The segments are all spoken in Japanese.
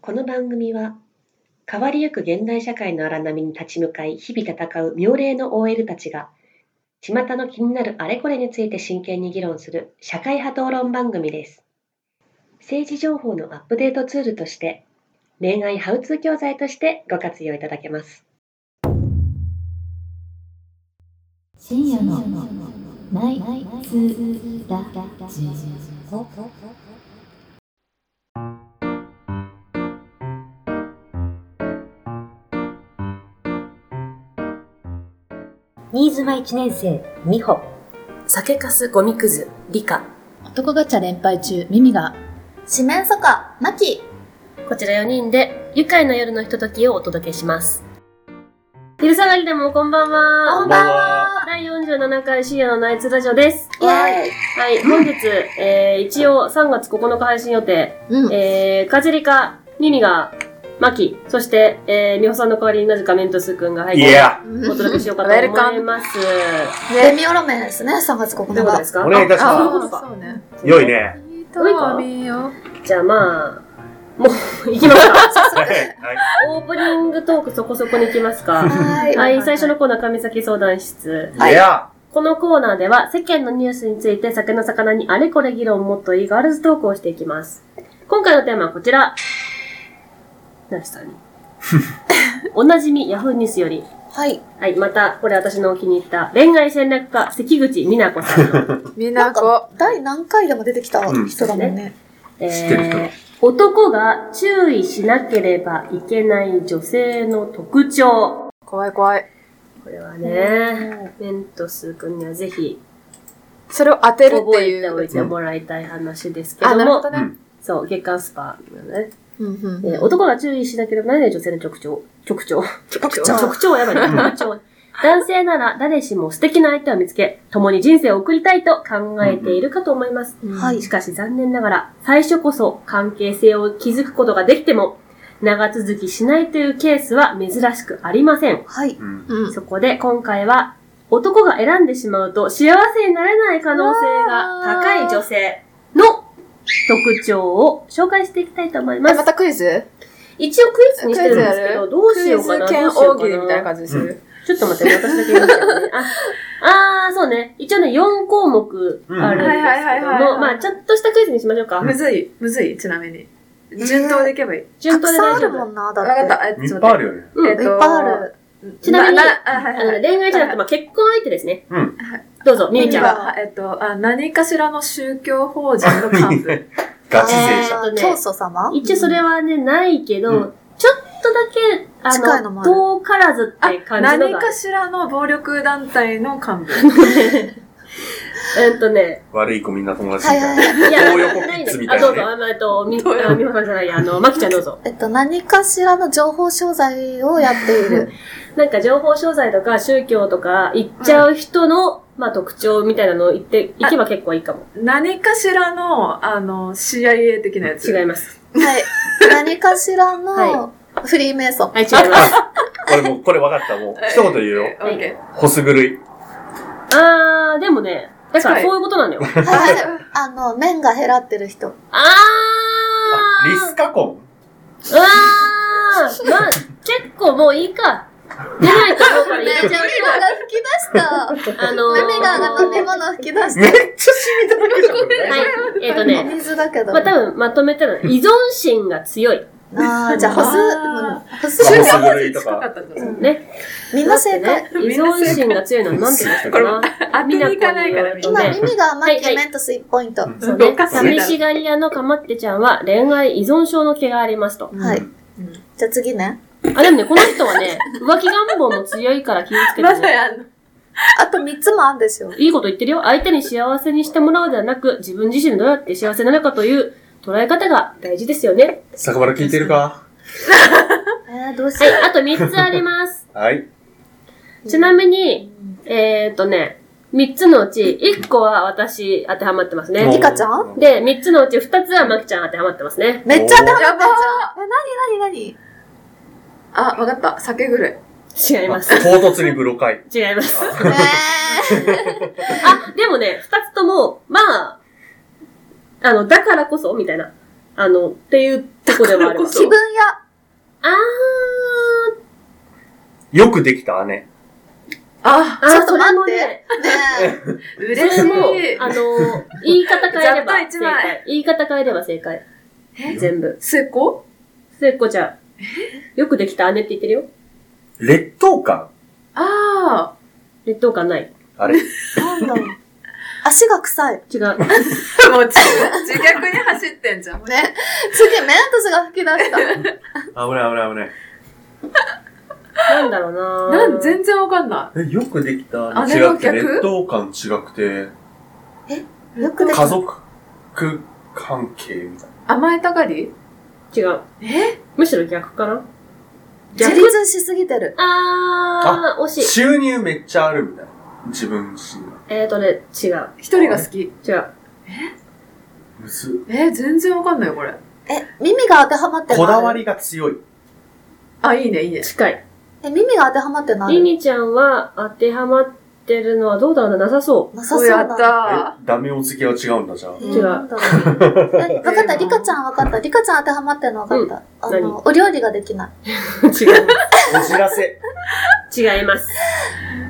この番組は変わりゆく現代社会の荒波に立ち向かい日々戦う妙齢の OL たちが巷の気になるあれこれについて真剣に議論する社会派討論番組です政治情報のアップデートツールとして恋愛ハウツー教材としてご活用いただけます深夜のナイツラジオ新妻一年生、美穂。酒かすゴミくず、理科。男ガチャ連敗中、ミミが。四面楚歌、マキ。こちら4人で、愉快な夜のひとときをお届けします。昼下がりでもこんばんは。こんばんは。第47回深夜のナイツラジオです。イェーイ。はい、本日、えー、一応3月9日配信予定、うん。えー、カジリカ、ミミが、マキ、そして、えー、美穂さんの代わりになぜかメントスくんが入って、お届けしようかと思い ます。レミオロメンですね、3月9どういうこと日で。すかお願いいたしあまそうね。す。良いね。どういうことじゃあまあ、もう、行きますか。はい。はいオープニングトークそこそこに行きますか。はい。はい、最初のコーナー、神崎相談室。はいいや、このコーナーでは、世間のニュースについて、酒の魚にあれこれ議論をもっといいガールズトークをしていきます。今回のテーマはこちら。何したに おなじみ、ヤフーニュースより。はい。はい、また、これ私のお気に入った、恋愛戦略家、関口美奈子さん の。みんななんこか、第何回でも出てきた人だもんね。え知ってる人ー、男が注意しなければいけない女性の特徴。う。怖い怖い。これはね、メントス君にはぜひそれを当てるって覚えい。ておいうてもらいたい話ですけあ、どなるほも、どね。そう、月刊スパのね、うんうえー男が注意しなければならない女性の直腸。直腸。特直腸徴。はやばいね。直腸。男性なら誰しも素敵な相手を見つけ、共に人生を送りたいと考えているかと思います。ん。はいしかし残念ながら、最初こそ関係性を築くことができても、長続きしないというケースは珍しくありません。はい。うんうん。そこで今回は、男が選んでしまうと幸せになれない可能性が高い女性の特徴を紹介していきたいと思いまえ、すま。たクイズ一応クイズにしてるんですけど、どうしようかな、クイズ兼どうしよ大う喜か利みたいなな。感じにする。ちょっと待って、私だけ言いましたよね。あ、あー、そうね。一応ね、4項目あるんですけうども、んはいはいはいはいはいまあ、ちょっとしたクイズにしましょうか。むずい、むずい、ちなみに。順当でいけばいい。た順当くでさ大んあ丈る夫。もんな、だわかっって。た。えいちょっっぱいあとるよね。うん待って。いっぱいある。えっとちなみにあはいあはいはのい。恋愛じゃなくて、まあ、結婚相手ですね。どうぞ、みゆちゃん。は、えっと、あ何かしらの宗教法人の幹部。ガチ勢者。あー教祖様一応それはね、ないけど、うんちょっとだけ、あ近いの、のもある遠からずって感じの何が。かしらの暴力団体の幹 部。うんとね、 悪い子みんな友達はみいたいはな。いはい。いや、東横ないんキッだけズみど、たあ、いなどねうぞ、あまあえっと、み、あみほさんじゃない、あの、まきちゃんどうぞ。えっと、何かしらの情報商材をやっている。なんか情報商材とか宗教とか言っちゃう人の、まあ特徴みたいなのを言っていけば結構いいかも。何かしらの、あの、CIA 的なやつ。違います。はい。何かしらはのフリーメイソン。はい、違います。俺もうこれ分かった。もう一言言うよ。オッケホス狂い。あー、でもね、だからそういうことなのよ。はい。あの、面が減らってる人。ああリスカコー、あー、まあ、結構もういいか。出ないと思 うからいいメガが吹き出した。あのー、メガが飲み物吹き出ンめしっちゃ染みただけじゃん。はい、えっ、とた。ね、水だけど。まあ多分まとめたら、依存心が強い。ああ、じゃあ、ホス、あうんホスま宗あホ教ス法狂人いと近かか。ったんだうんね。みんな正解。依存心が強いのは何て言いましたかな当てに行かないから、みんみんなな。今、ね耳が甘はいいはいメントス1ポイント。うんそうねどかす寂ぎしがり屋のかまってちゃんは恋愛依存症の毛がありますと。はい。じゃあ次ね。あ、でもね、この人はね、浮気願望も強いから気をつけまてさね。やんの。あと3つもあるんですよ。いいこと言ってるよ。相手に幸せにしてもらうではなく、自分自身どうやって幸せなのかという捉え方が大事ですよね。酒原聞いてるかえー、どうしはよい、あと3つあり ます。はい。ちなみに、えーっとね、3つのうち、1個は私当てはまってますもうね。リカちゃんで、3つのうち2つはまきちゃん当てはまってますね。う。めっちゃ当てはまやっばたーじゃん。え、なになにあ、わかった。酒ぐらい。違います。唐突にブロカイ。違います。なにえあ、でもね、2つとも、まあ、あの、だからこそ、みたいな。あの、っていうとこでもあるわ。気分屋。あよくできた姉。あ、ー、あーちょっとそれも待ってねねえ。嬉しそれもい、。あのー、言い方変えざっればと正一枚解。言い方変えれば正解。全部。成功せっこちゃん。よくできた姉って言ってるよ。劣等感あ劣等感ない。あれなんだろう。足が臭い。違う。あ、もう自自虐に走ってんじゃん。ね。すげえ、メントスが吹き出した。危ない危ない危ない。なんだろうななぁん全然わかんなえ、よくできた姉姉の違くて、逆劣等感違くて、い。よくでき家た。族関係みたい甘えたがり違う。えむしろ逆かな自立しすぎてる。あー、惜な。しい。収入めっちゃあるみたいな。自分自身が。えーとね、違う。一人が好き。違う。むず。え、全然わかんないよ、これ。え、耳が当てはまってない。こだわ。りが強い。あ、いいね、いいね。近い。え、耳が当てはまってない。りにちゃんは当てはまってるのはどうだろうな、なさそう。なさそそううやなっえた。えダメお付きは違うんだ、じゃあ。ーなんだろうえ、わか った。リカちゃんわかった。リカちゃん当てはまってるの分かった。うんあの、お料理ができない。 違う。お知らせ。違います。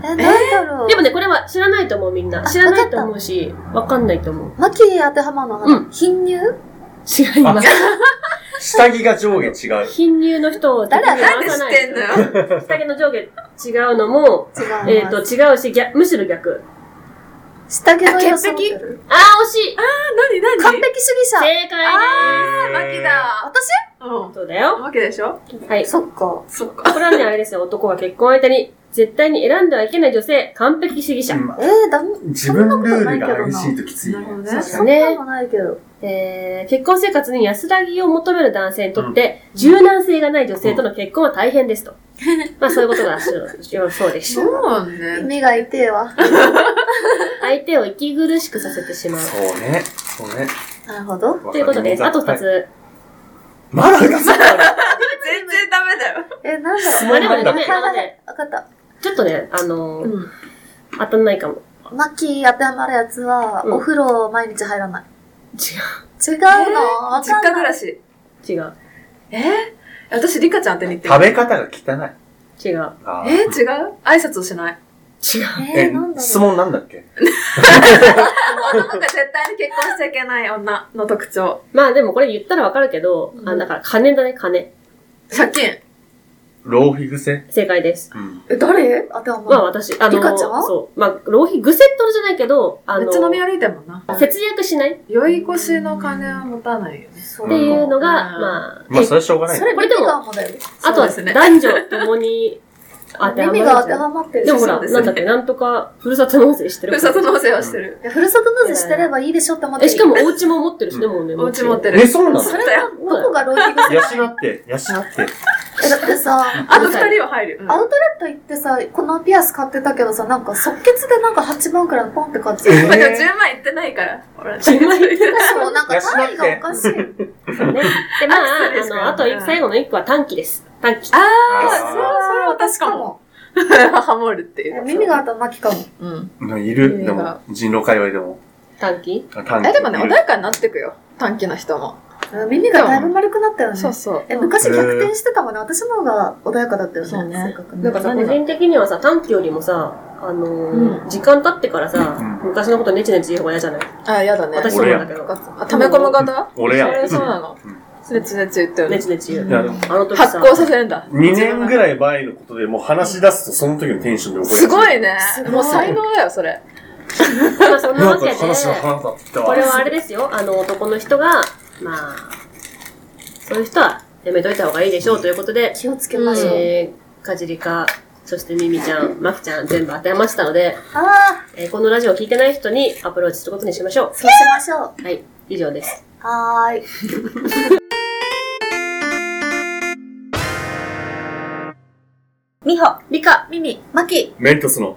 え、なんだろうで。もね、これは知らないと思う、みんな。知らないと思うし、わかんないと思う。マキー当てはまるのうは貧乳違います。下着が上下違う。貧乳の人を誰な何してんのよ。下着の上下違うのも、違う。えっ、と、違うし、逆むしろ逆。下着の色あ潔装って癖る。あー、惜しい何何完璧主義者。正解であマキだ。う私す。そうだよん。。わけでしょはい。そっか。そっか。これはね、あれですよ。男は結婚相手に、絶対に選んではいけない女性、完璧主義者。うんえー、だめ。自分ルールが激しいときついなねるほどね確そかんになことないけど。えー結婚生活に安らぎを求める男性にとって、柔軟性がない女性との結婚は大変です と。まあそういうことがそうそうでしょう。そうね。目が痛 えわ。相手を息苦しくさせてしまう。そうね。そうね。なるほど。ということです。あと二つ。はい。まだ二つ全然ダメだよ。え、なんだろう。まあでもね、ごめん、あはのいはいね、わかった。ちょっとね、あのーうん当たんないかも。マッキー当てはまるやつは、うんお風呂毎日入らない。違違うの、わ実か家暮んない。らし。う、違う、え私、リカちゃんって似て食る。べ方が汚い。違う、あえー違う挨拶をし ない。違う。えー、なんだ質ろう。問なんだっけ男が絶対に結婚しちゃいけない女の特徴。まあでもこれ言ったらわかるけど、あ、だから金だね、金。借金。浪費癖正解です。うん。え、誰当てはままある。私、あのーリカちゃんはそう。まあ、浪費、グセットルじゃないけど、あめのっちゃ飲みー、歩いてるもんな。節約しないっ酔い越しの金は持たないよね。そていううのが、んまあ、まあ、それはしょうがないそ。れ、これ耳でもがもだよ。あとはそうですね男女と もに当てはまる耳じが当てゃん。はまってる。でもほそら、うですねなんだっけ、なんとか、ふるさと納税してふるるさからと。納税はしてる。いやふるさと納税してればいいでしょって思ってえ、る。しかもお家も持ってるしね、もうね。お家持ってる。え、そうなのそれだよ。そうだどよこが浪費癖養って、養って。え、だってさ、あと二人は入る。うんアウトレット行ってさ、このピアス買ってたけどさ、なんか即決でなんか8万くらいポンって買っちゃう。だからえ10万いってないから。ほら10万いって私もなんか単位がおかしね。い。で、まあアクセルで、すかあらの、あとうん最後の一個は短期です。短期。あー、あーそれはそれは私かも。。ハモるっていえう。耳が頭きかも。うん。ーいる、でも、人狼界隈でも。短期短期え、でもね、い穏るやかになってくよ。短期の人も。耳がだいぶ丸くなったよね。そうそう。え、昔逆転してたもんね。私の方が穏やかだったよね。そうね性格なんかさ、個人的にはさ、短期よりもさ、あのー、時間経ってからさうん、昔のことネチネチ言う方が嫌じゃないあ、やだね。私そう俺やなんんだけど。あ、溜め込む型俺やんそれそうなのうん。つねつねつ言ってるネの。チネチ言いやでうも。あの時発さ、酵させるんだ。 2年ぐらい前のことでもう話し出すとその時のテンションで怒りすごいねすご。いもう才能だよ、それ。まあそんななわんけかで、話が腹立ってきたこれはわ。あれですよ、あの男の人が、まあ、そういう人はやめといた方がいいでしょうということで、気をつけましょう。えー、かじりか、そしてミミちゃん、マフちゃん全部当てはましたので、ああ、えーこのラジオを聞いてない人にアプローチすることにしましょそうしましょう。う。はい、以上です。はーい。みほ、リカ、ミミ、マキ。メントスの。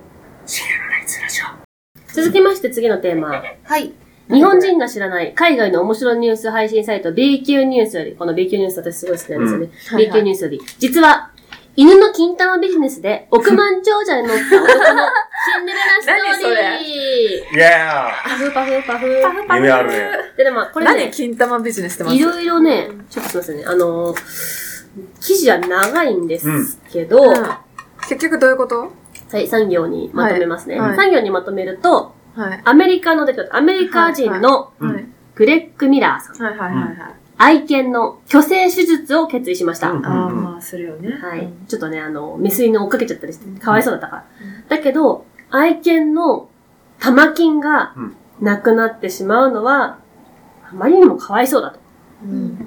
続きまして次のテーマ。はい。日本人が知らない海外の面白いニュース配信サイト BQ ニュースより、この BQ ニュース私すごい好きなんですよね。うんはいはい BQ ニュースより、実は、犬の金玉ビジネスで億万長者に乗った男のシンデレラストーリー。いやパフパフパフ。ー夢あるね。で、でも、これ何ね、金玉ビジネスってますいろいろね、ちょっとすいませんね、あのー、記事は長いんですけど、うんは結局どういうことい、3行にまとめますね。はいはい3行にまとめると、はい。アメリカの出来事、アメリカ人のはいはいグレッグ・ミラーさん、はいはいはいはい。愛犬の虚勢手術を決意しました。うんああ、うんうんまあ、するよね。はい。ちょっとね、あの、未遂の追っかけちゃったりして、かわいそうだったから。だけど、愛犬の玉金がうんなくなってしまうのは、あまりにもかわいそうだと。うん。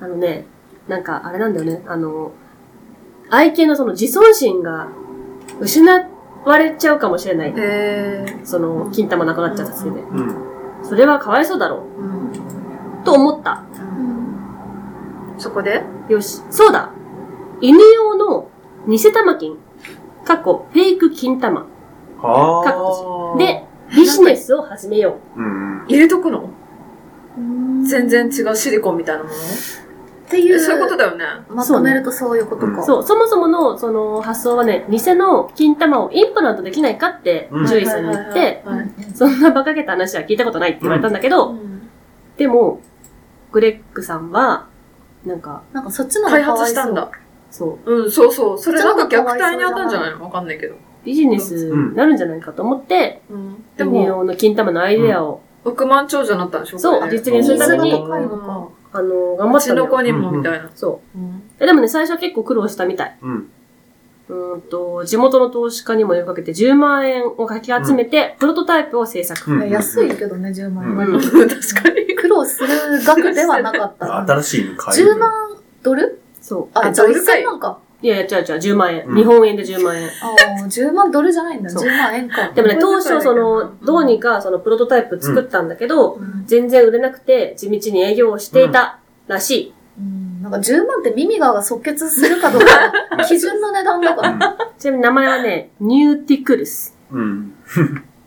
あのね、なんか、あれなんだよね、あの、愛犬のその自尊心が失われちゃうかもしれない。えその、金玉なくなっちゃったせいで。うん。それはかわいそうだろー、うん。う、と思った。そこでよし、そうだ犬用の偽玉金、かっこ、フェイク金玉はかっあ。こ閉じで、ビジネスを始めようんうん。入れとくの全然違うシリコンみたいなものていえう、そういうことだよね。まとめるとそういうことうう。か。そう、そもそもの、その、発想はね、偽の金玉をインプラントできないかって、うん獣医さんに言って、はいはいはいはい、そんな馬鹿げた話は聞いたことないって言われたんだけど、でも、グレッグさんは、なんか、なんかそっちの方開がかわ発いしたそんう。だ。そう、うん、そうそう。それなんか虐待にあったんじゃないのわかんないけど。ビジネスになるんじゃないかと思って、うん。で犬も、用の金玉のアイデアを、億万長者になったんでしょそう、実現するために、ニーあズが高いのかの、頑張うったちんだの子よ。にもみたいな。そうん。う。えでもね、最初は結構苦労したみたい。うん。うーんと、地元の投資家にも呼びかけて10万円をかき集めて、プロトタイプを制作。うん。安いけどね、10万円は。うん確かに。苦労する額ではなかった。新しいの買える。 10万ドルそあ、あじゃあドルかい1000万か。う。いやいや、違う違う、10万円。うん日本円で10万円。ああ、10万ドルじゃないんだ。そう10万円か。でもね、こ当れだから初、その、どうにか、その、プロトタイプ作ったんだけど、うん全然売れなくて、地道に営業をしていたらしい。うんなんか10万って耳側が即決するかどうか、基準の値段だから。ちなみに名前はね、ニューティクルス。うん。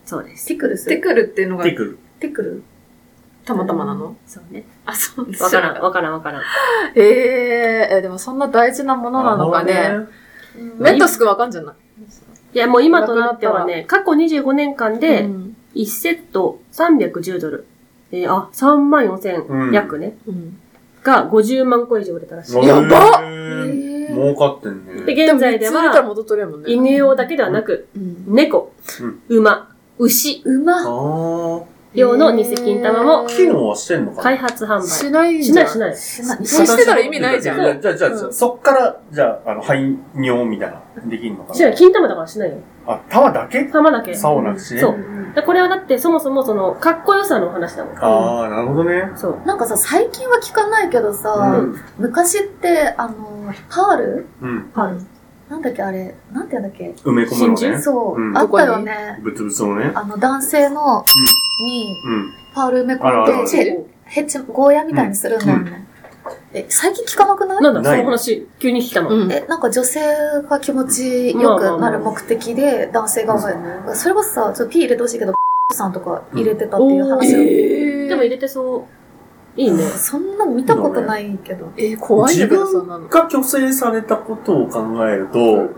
そうです。ティクルステクルっていうのがテクル。ティクルたまたまなのそうね。あ、そうわからん、わからん、わからん。えー、え、でもそんな大事なものなのかね。。ねレッドスクわかんじゃないいや、もう今となってはね、過去25年間で、うん1セット310ドル。えーあ、3万4う千ん約ね。うんが50万個以上売れたらしい。やばっへー儲かってんね。で、現在ででも普通入れたらは、元取れるもんね。犬用だけではなく、うん。猫うん、馬、牛うあま。あ。用の偽金玉も機能はしてんのかな開発販売。しないんしじゃないんしない。そうしてたら意味ないじゃん。じゃあ、じゃあ、じゃあそっから、じゃあ、あの、排尿みたいな、できるのかしな。ない金玉だからしないよ。あ、玉だけ玉だけ。竿なくしね。そう。でこれはだってそもそもその、かっこよさの話だもん。ああ、なるほどね。そう。なんかさ、最近は聞かないけどうさ、ん。昔って、あの、パールうん。なんだっけあれ、なんて言うんだっけ埋め込むの真ね。そうう、んあったよね。ぶつぶつのね。あの、男性の、に、うん。パール埋めあらあ込らんで、ヘッチ、ゴーヤみたいにするんだよね。え、最近聞かなくないなんだ、なそいの話、急に来たの。うん。え、なんか女性が気持ちよくなる目的で男性が多い、それこそさ、ちょっと P 入れてほしいけど、さんとか入れてたっていう話、でも入れてそう。いいね。そんな見たことないけど。えー、怖いんだけど自さ、分なの。が虚勢されたことを考えると、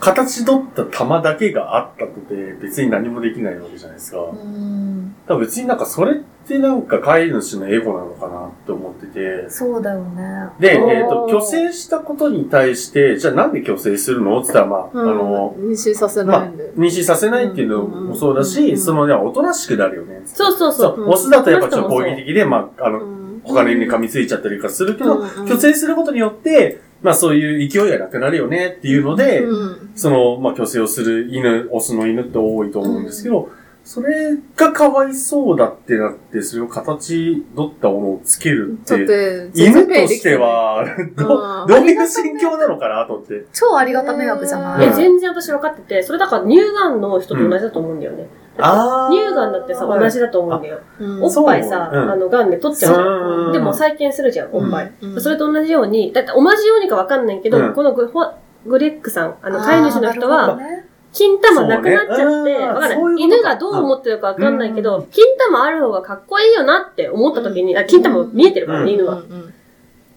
形取った玉だけがあったとて、別に何もできないわけじゃないですか。だうん、から別になんかそれってなんか飼い主のエゴなのかなって思ってて。そうだよね。で、えっ、おーと、虚勢したことに対して、じゃあなんで虚勢するのって言ったら、まあ、うんあの、妊娠させないんだよ。妊娠させないっていうのもそうだうんうんうし、んその、ね、おとなしくなるよね。そうそうそ。そうう、オスだとやっぱちょっと攻この人もそう撃的で、まあ、あの、うん他の犬に噛みついちゃったりとかするけうど、んうん虚勢することによって、まあそういう勢いがなくなるよねっていうので、うんその、まあ虚勢をする犬、オスの犬って多いと思うんですけど、それがかわいそうだってなって、それを形取ったものをつけるっ、だってて、犬としては、どうんどういう心境なのかなと思って。超ありがた迷惑じゃない、いや、うん全然私分かってて、それだから乳がんの人と同じだと思うんだよね。あ乳がんだってさ、同じだと思うんだよ。うん、おっぱいさ、そううんあの、がんで取っちゃうじうんうんゃうんん。でも再建するじゃん、おっぱい。うんそれと同じように、だって同じようにか分かんないけど、うんこのグホグレックさん、あの、飼い主の人あーなるほどは、ね金玉なくなっちゃそうっねて、うんわかんないそういうことか犬がどう思ってるか分かんないけど、金玉ある方がかっこいいよなって思った時に、あ金玉見えてるからね、うん犬うは。んうん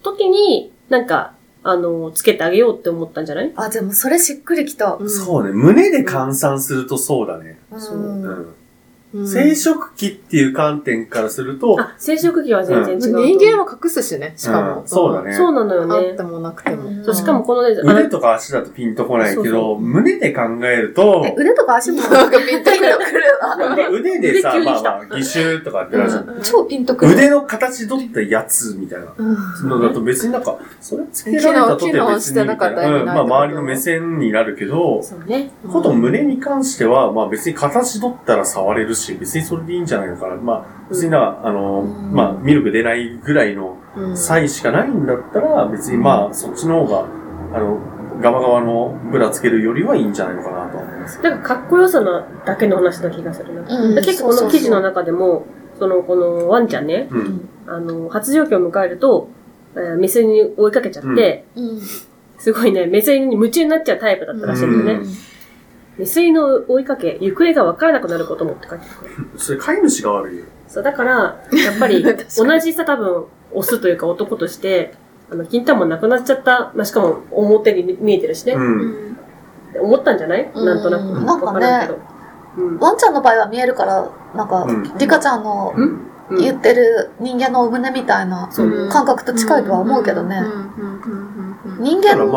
時に、なんか、あの、つけてあげようって思ったんじゃないあ、でもそれしっくりきた。うんそうね、胸で換算するとそうだね。うそん。うんうん生殖器っていう観点からすると、あ、生殖器は全然違うと思う。人間は隠すしね、しかも。うんそうだねそうなのよあっねて。もなくても。そう、しかもこのね、あ腕とか足だとピンとこないけそうそど、胸で考えると、え腕とか足もなんかピンとくる。腕腕でさ、腕急まにあ来たまあ、義手とかってなるじゃん超ピンとくる。腕の形取ったやつみたいな。うんのだと別になんか、それつけられたと機能て別にみ機能してなかたった。意いなう味ん、なまいあ周りの目線になるけど、そうね。こと胸に関しては、まあ別に形取ったら触れるし、別にそれでいいんじゃないのかな。まあ、別にな、あの、まあミルク出ないぐらいのうん差異しかないんだったら、別にまあそっちの方が、あの、ガバガバのブラつけるよりはいいんじゃないのかなとは思います。なんかかっこよさなだけの話な気がするな。うん結構この記事の中でも、その、このワンちゃんね、うん。あの、発情期を迎えると、えーメス犬に追いかけちゃって、すごいね、メス犬に夢中になっちゃうタイプだったらしいんだよね。メス犬を追いかけ、行方がわからなくなることもって書いてある。それ飼い主が悪いよ。そう、だから、やっぱり、同じさ多分、オスというか男として、あの、金玉もなくなっちゃった、まあ、しかも表に見えてるしね、うん。思ったんじゃないなんとなく。うんなんかねわらんけど。うん。ワンちゃんの場合は見えるから、なんか、うんリカちゃんのうんうん言ってる人間のお胸みたいなそう感覚と近いとは思うけどね。ただまあ、人間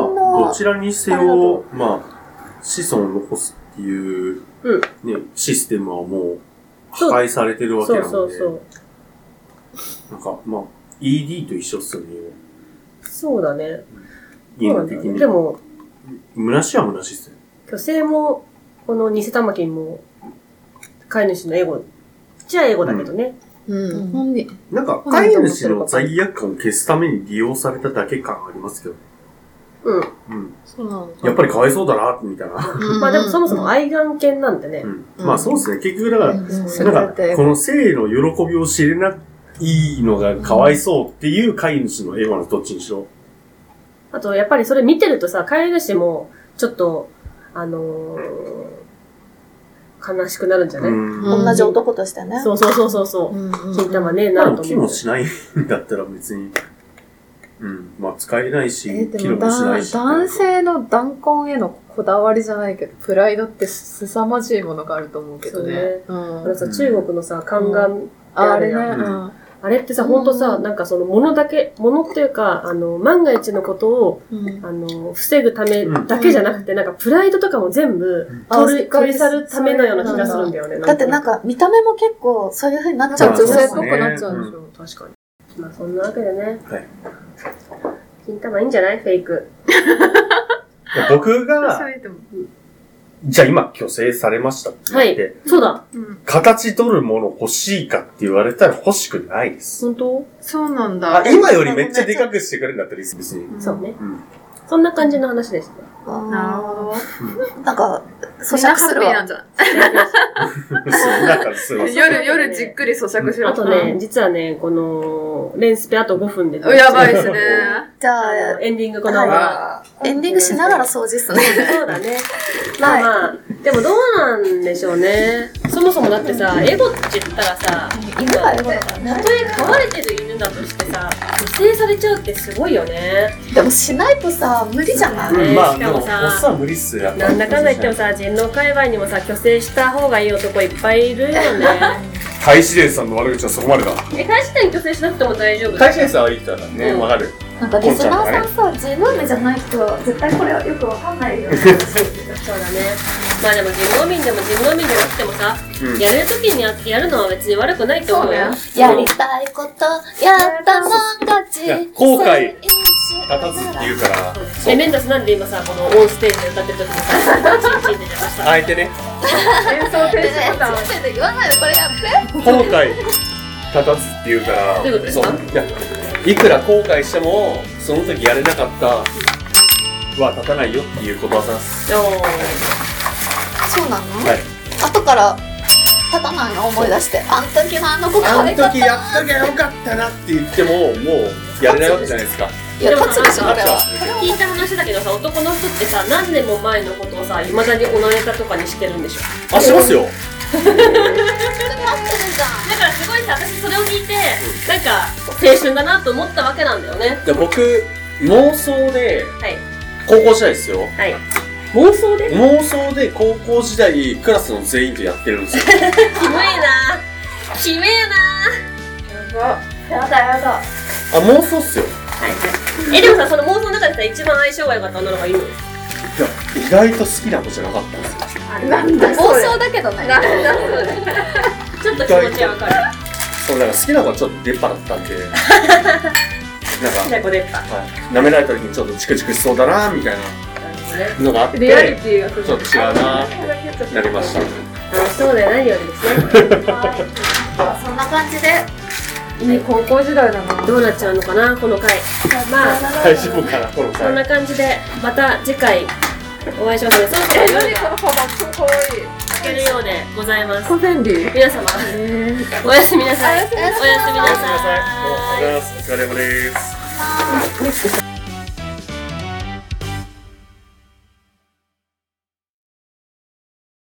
どの、ちらにせあれだよと、まあ、子孫を残すっていう、うんね、システムはもう、破壊されてるわけそなうので、そうそう。なんか、まあ、ED と一緒っすよね。そうだね。ゲーそうなムんだ的よに。ねで、も、虚しいは虚しいっすよね。虚勢も、この偽玉金も、飼い主のエゴ、じゃあエゴだけどね。うん。本人なんか、うん飼い主の罪悪感を消すために利用されただけ感ありますけど、うん。うん。そうなのかやっぱりかわいそうだな、みたいな。まあでもそもそも愛玩犬なんでねう。ん。まあ、そうっすね。結局、だから、それだなんっかて、この性の喜びを知れないのがかわいそうっていう飼い主のエゴのどっちにしろ。あと、やっぱりそれ見てるとさ、飼い主も、ちょっと、あのー悲しくなるんじゃない、うんうん同じ男としてね。そうそうそうそうそう。金玉ねえまなあでと思っも木て。もしないんだったら別に、うん、まあ使えないし、えー木でももしないし。男性の弾痕へのこだわりじゃないけど、プライドってすさまじいものがあると思うけどね。あうのんさ、中国のさ、宦官、あれね。あれねうんあれってさ、ほんとさ、なんかその、物だけ、物っていうか、あの、万が一のことを、あの、防ぐためだけじゃなくて、なんかプライドとかも全部取る、あ取り去るためのような気がするんだよね。だってなんか。か見た目も結構そういう風になっちじゃゃうあ気女が性っすぽる。くなっちゃうんでしょ。確かに。まあそんなわけでね。はい金玉いいんじゃないフェイク。いや僕が、じゃあ今、虚勢されましたってはいで。そうだ。形取るもの欲しいかって言われたら欲しくないです。本当そうなんあだ。今よりめっちゃでかくしてくれるんだったらいいです、別に。そうねうん。そんな感じの話ですね。なほど。なんか、咀みんな嚼ハッピーするわ。なんじゃないそう、だからすいません。夜、夜じっくり咀嚼しろ。あとね、実はね、この、レンスペあと5分で。うん。やばいですね。じゃああの、エンディングこのまま。エンディングしながら掃除っすね。そうだね。まあまあ、でもどうなんでしょうね。そもそもだってさ、エゴって言ったらさ、犬がエゴだからたね。とえ飼われてる犬だとしてさ、犠牲されちゃうってすごいよね。でもしないとさ、無理じゃないうんまあ、でも、おしかもさっさん無理っすよ。やっぱなんだかんだ言ってもさ、人狼界隈にもさ、虚勢した方がいい男いっぱいいるよね。大志伝さんの悪口はそこまでだ。 え、大したに虚勢しなくても大丈夫大志伝さんはいい人だからね、うんわかる。なんかリスナーさんさ、自分名じゃない人、絶対これはよくわかんな いよね。そうだね。まあでも人狼民でも人狼民じゃなくてもさ、うんやれる時にややるのは別に悪くないと思うよ。やりたいこと、やったもん勝ちいや。後悔一瞬立たずって言うから、え、メンダスなんで今さ、このオンステージで歌ってる時に さ、チンチンで出ました。あえてね。ね人生で言わないでこれやって。後悔立たずっていうから、どういうことですかそういやいくら後悔しても、その時やれなかったは立たないよっていうことはさす。おそうなのはい。後から立たないの思い出して。あん時のあの子がああのれか。い時やっときゃよかったなって言っても、もうやれないわけじゃないですか。や、立つでしょ、これは。聞いた話だけどさ男の人ってさ何年も前のことをさいまだにおのネタとかにしてるんでしょあ、しますよ。だか立ってるじゃん。らすごいさ私それを聞いてなんか青春だなと思ったわけなんだよねで僕、妄想ではい高校時代ですよ。はい妄想で妄想で高校時代クラスの全員とやってるんですよ。キモいなキメえなやだやだ。あ、妄想っすよ。え、でもさ、その妄想の中でさ、一番相性が良かった女の子がいるのいや、意外と好きな子じゃなかったんですよ。なんだ妄それ。想だけどね。なんだそれ。ちょっと気持ちはわかる。そう、なんか好きな子はちょっと出っ歯だったんで、なん か、じゃあ、これか。はい、舐められた時にちょっとチクチクしそうだなみたいなのがあって、リアリちティがすごょいっと違うなってなりました。楽しそうで何よりですね。そんな感じで。いい高校時代だなどうなっちゃうのかな、この回。まあ、大丈夫かな、このそん回。な感じで、また次回、お会いしましょう。そろそろ夜がの幅かわいい明けるようでございます。コフェンディ皆様、おやすみなさい。おやすみなおやすみなさい。さい。どうもお疲れ様です。ミックス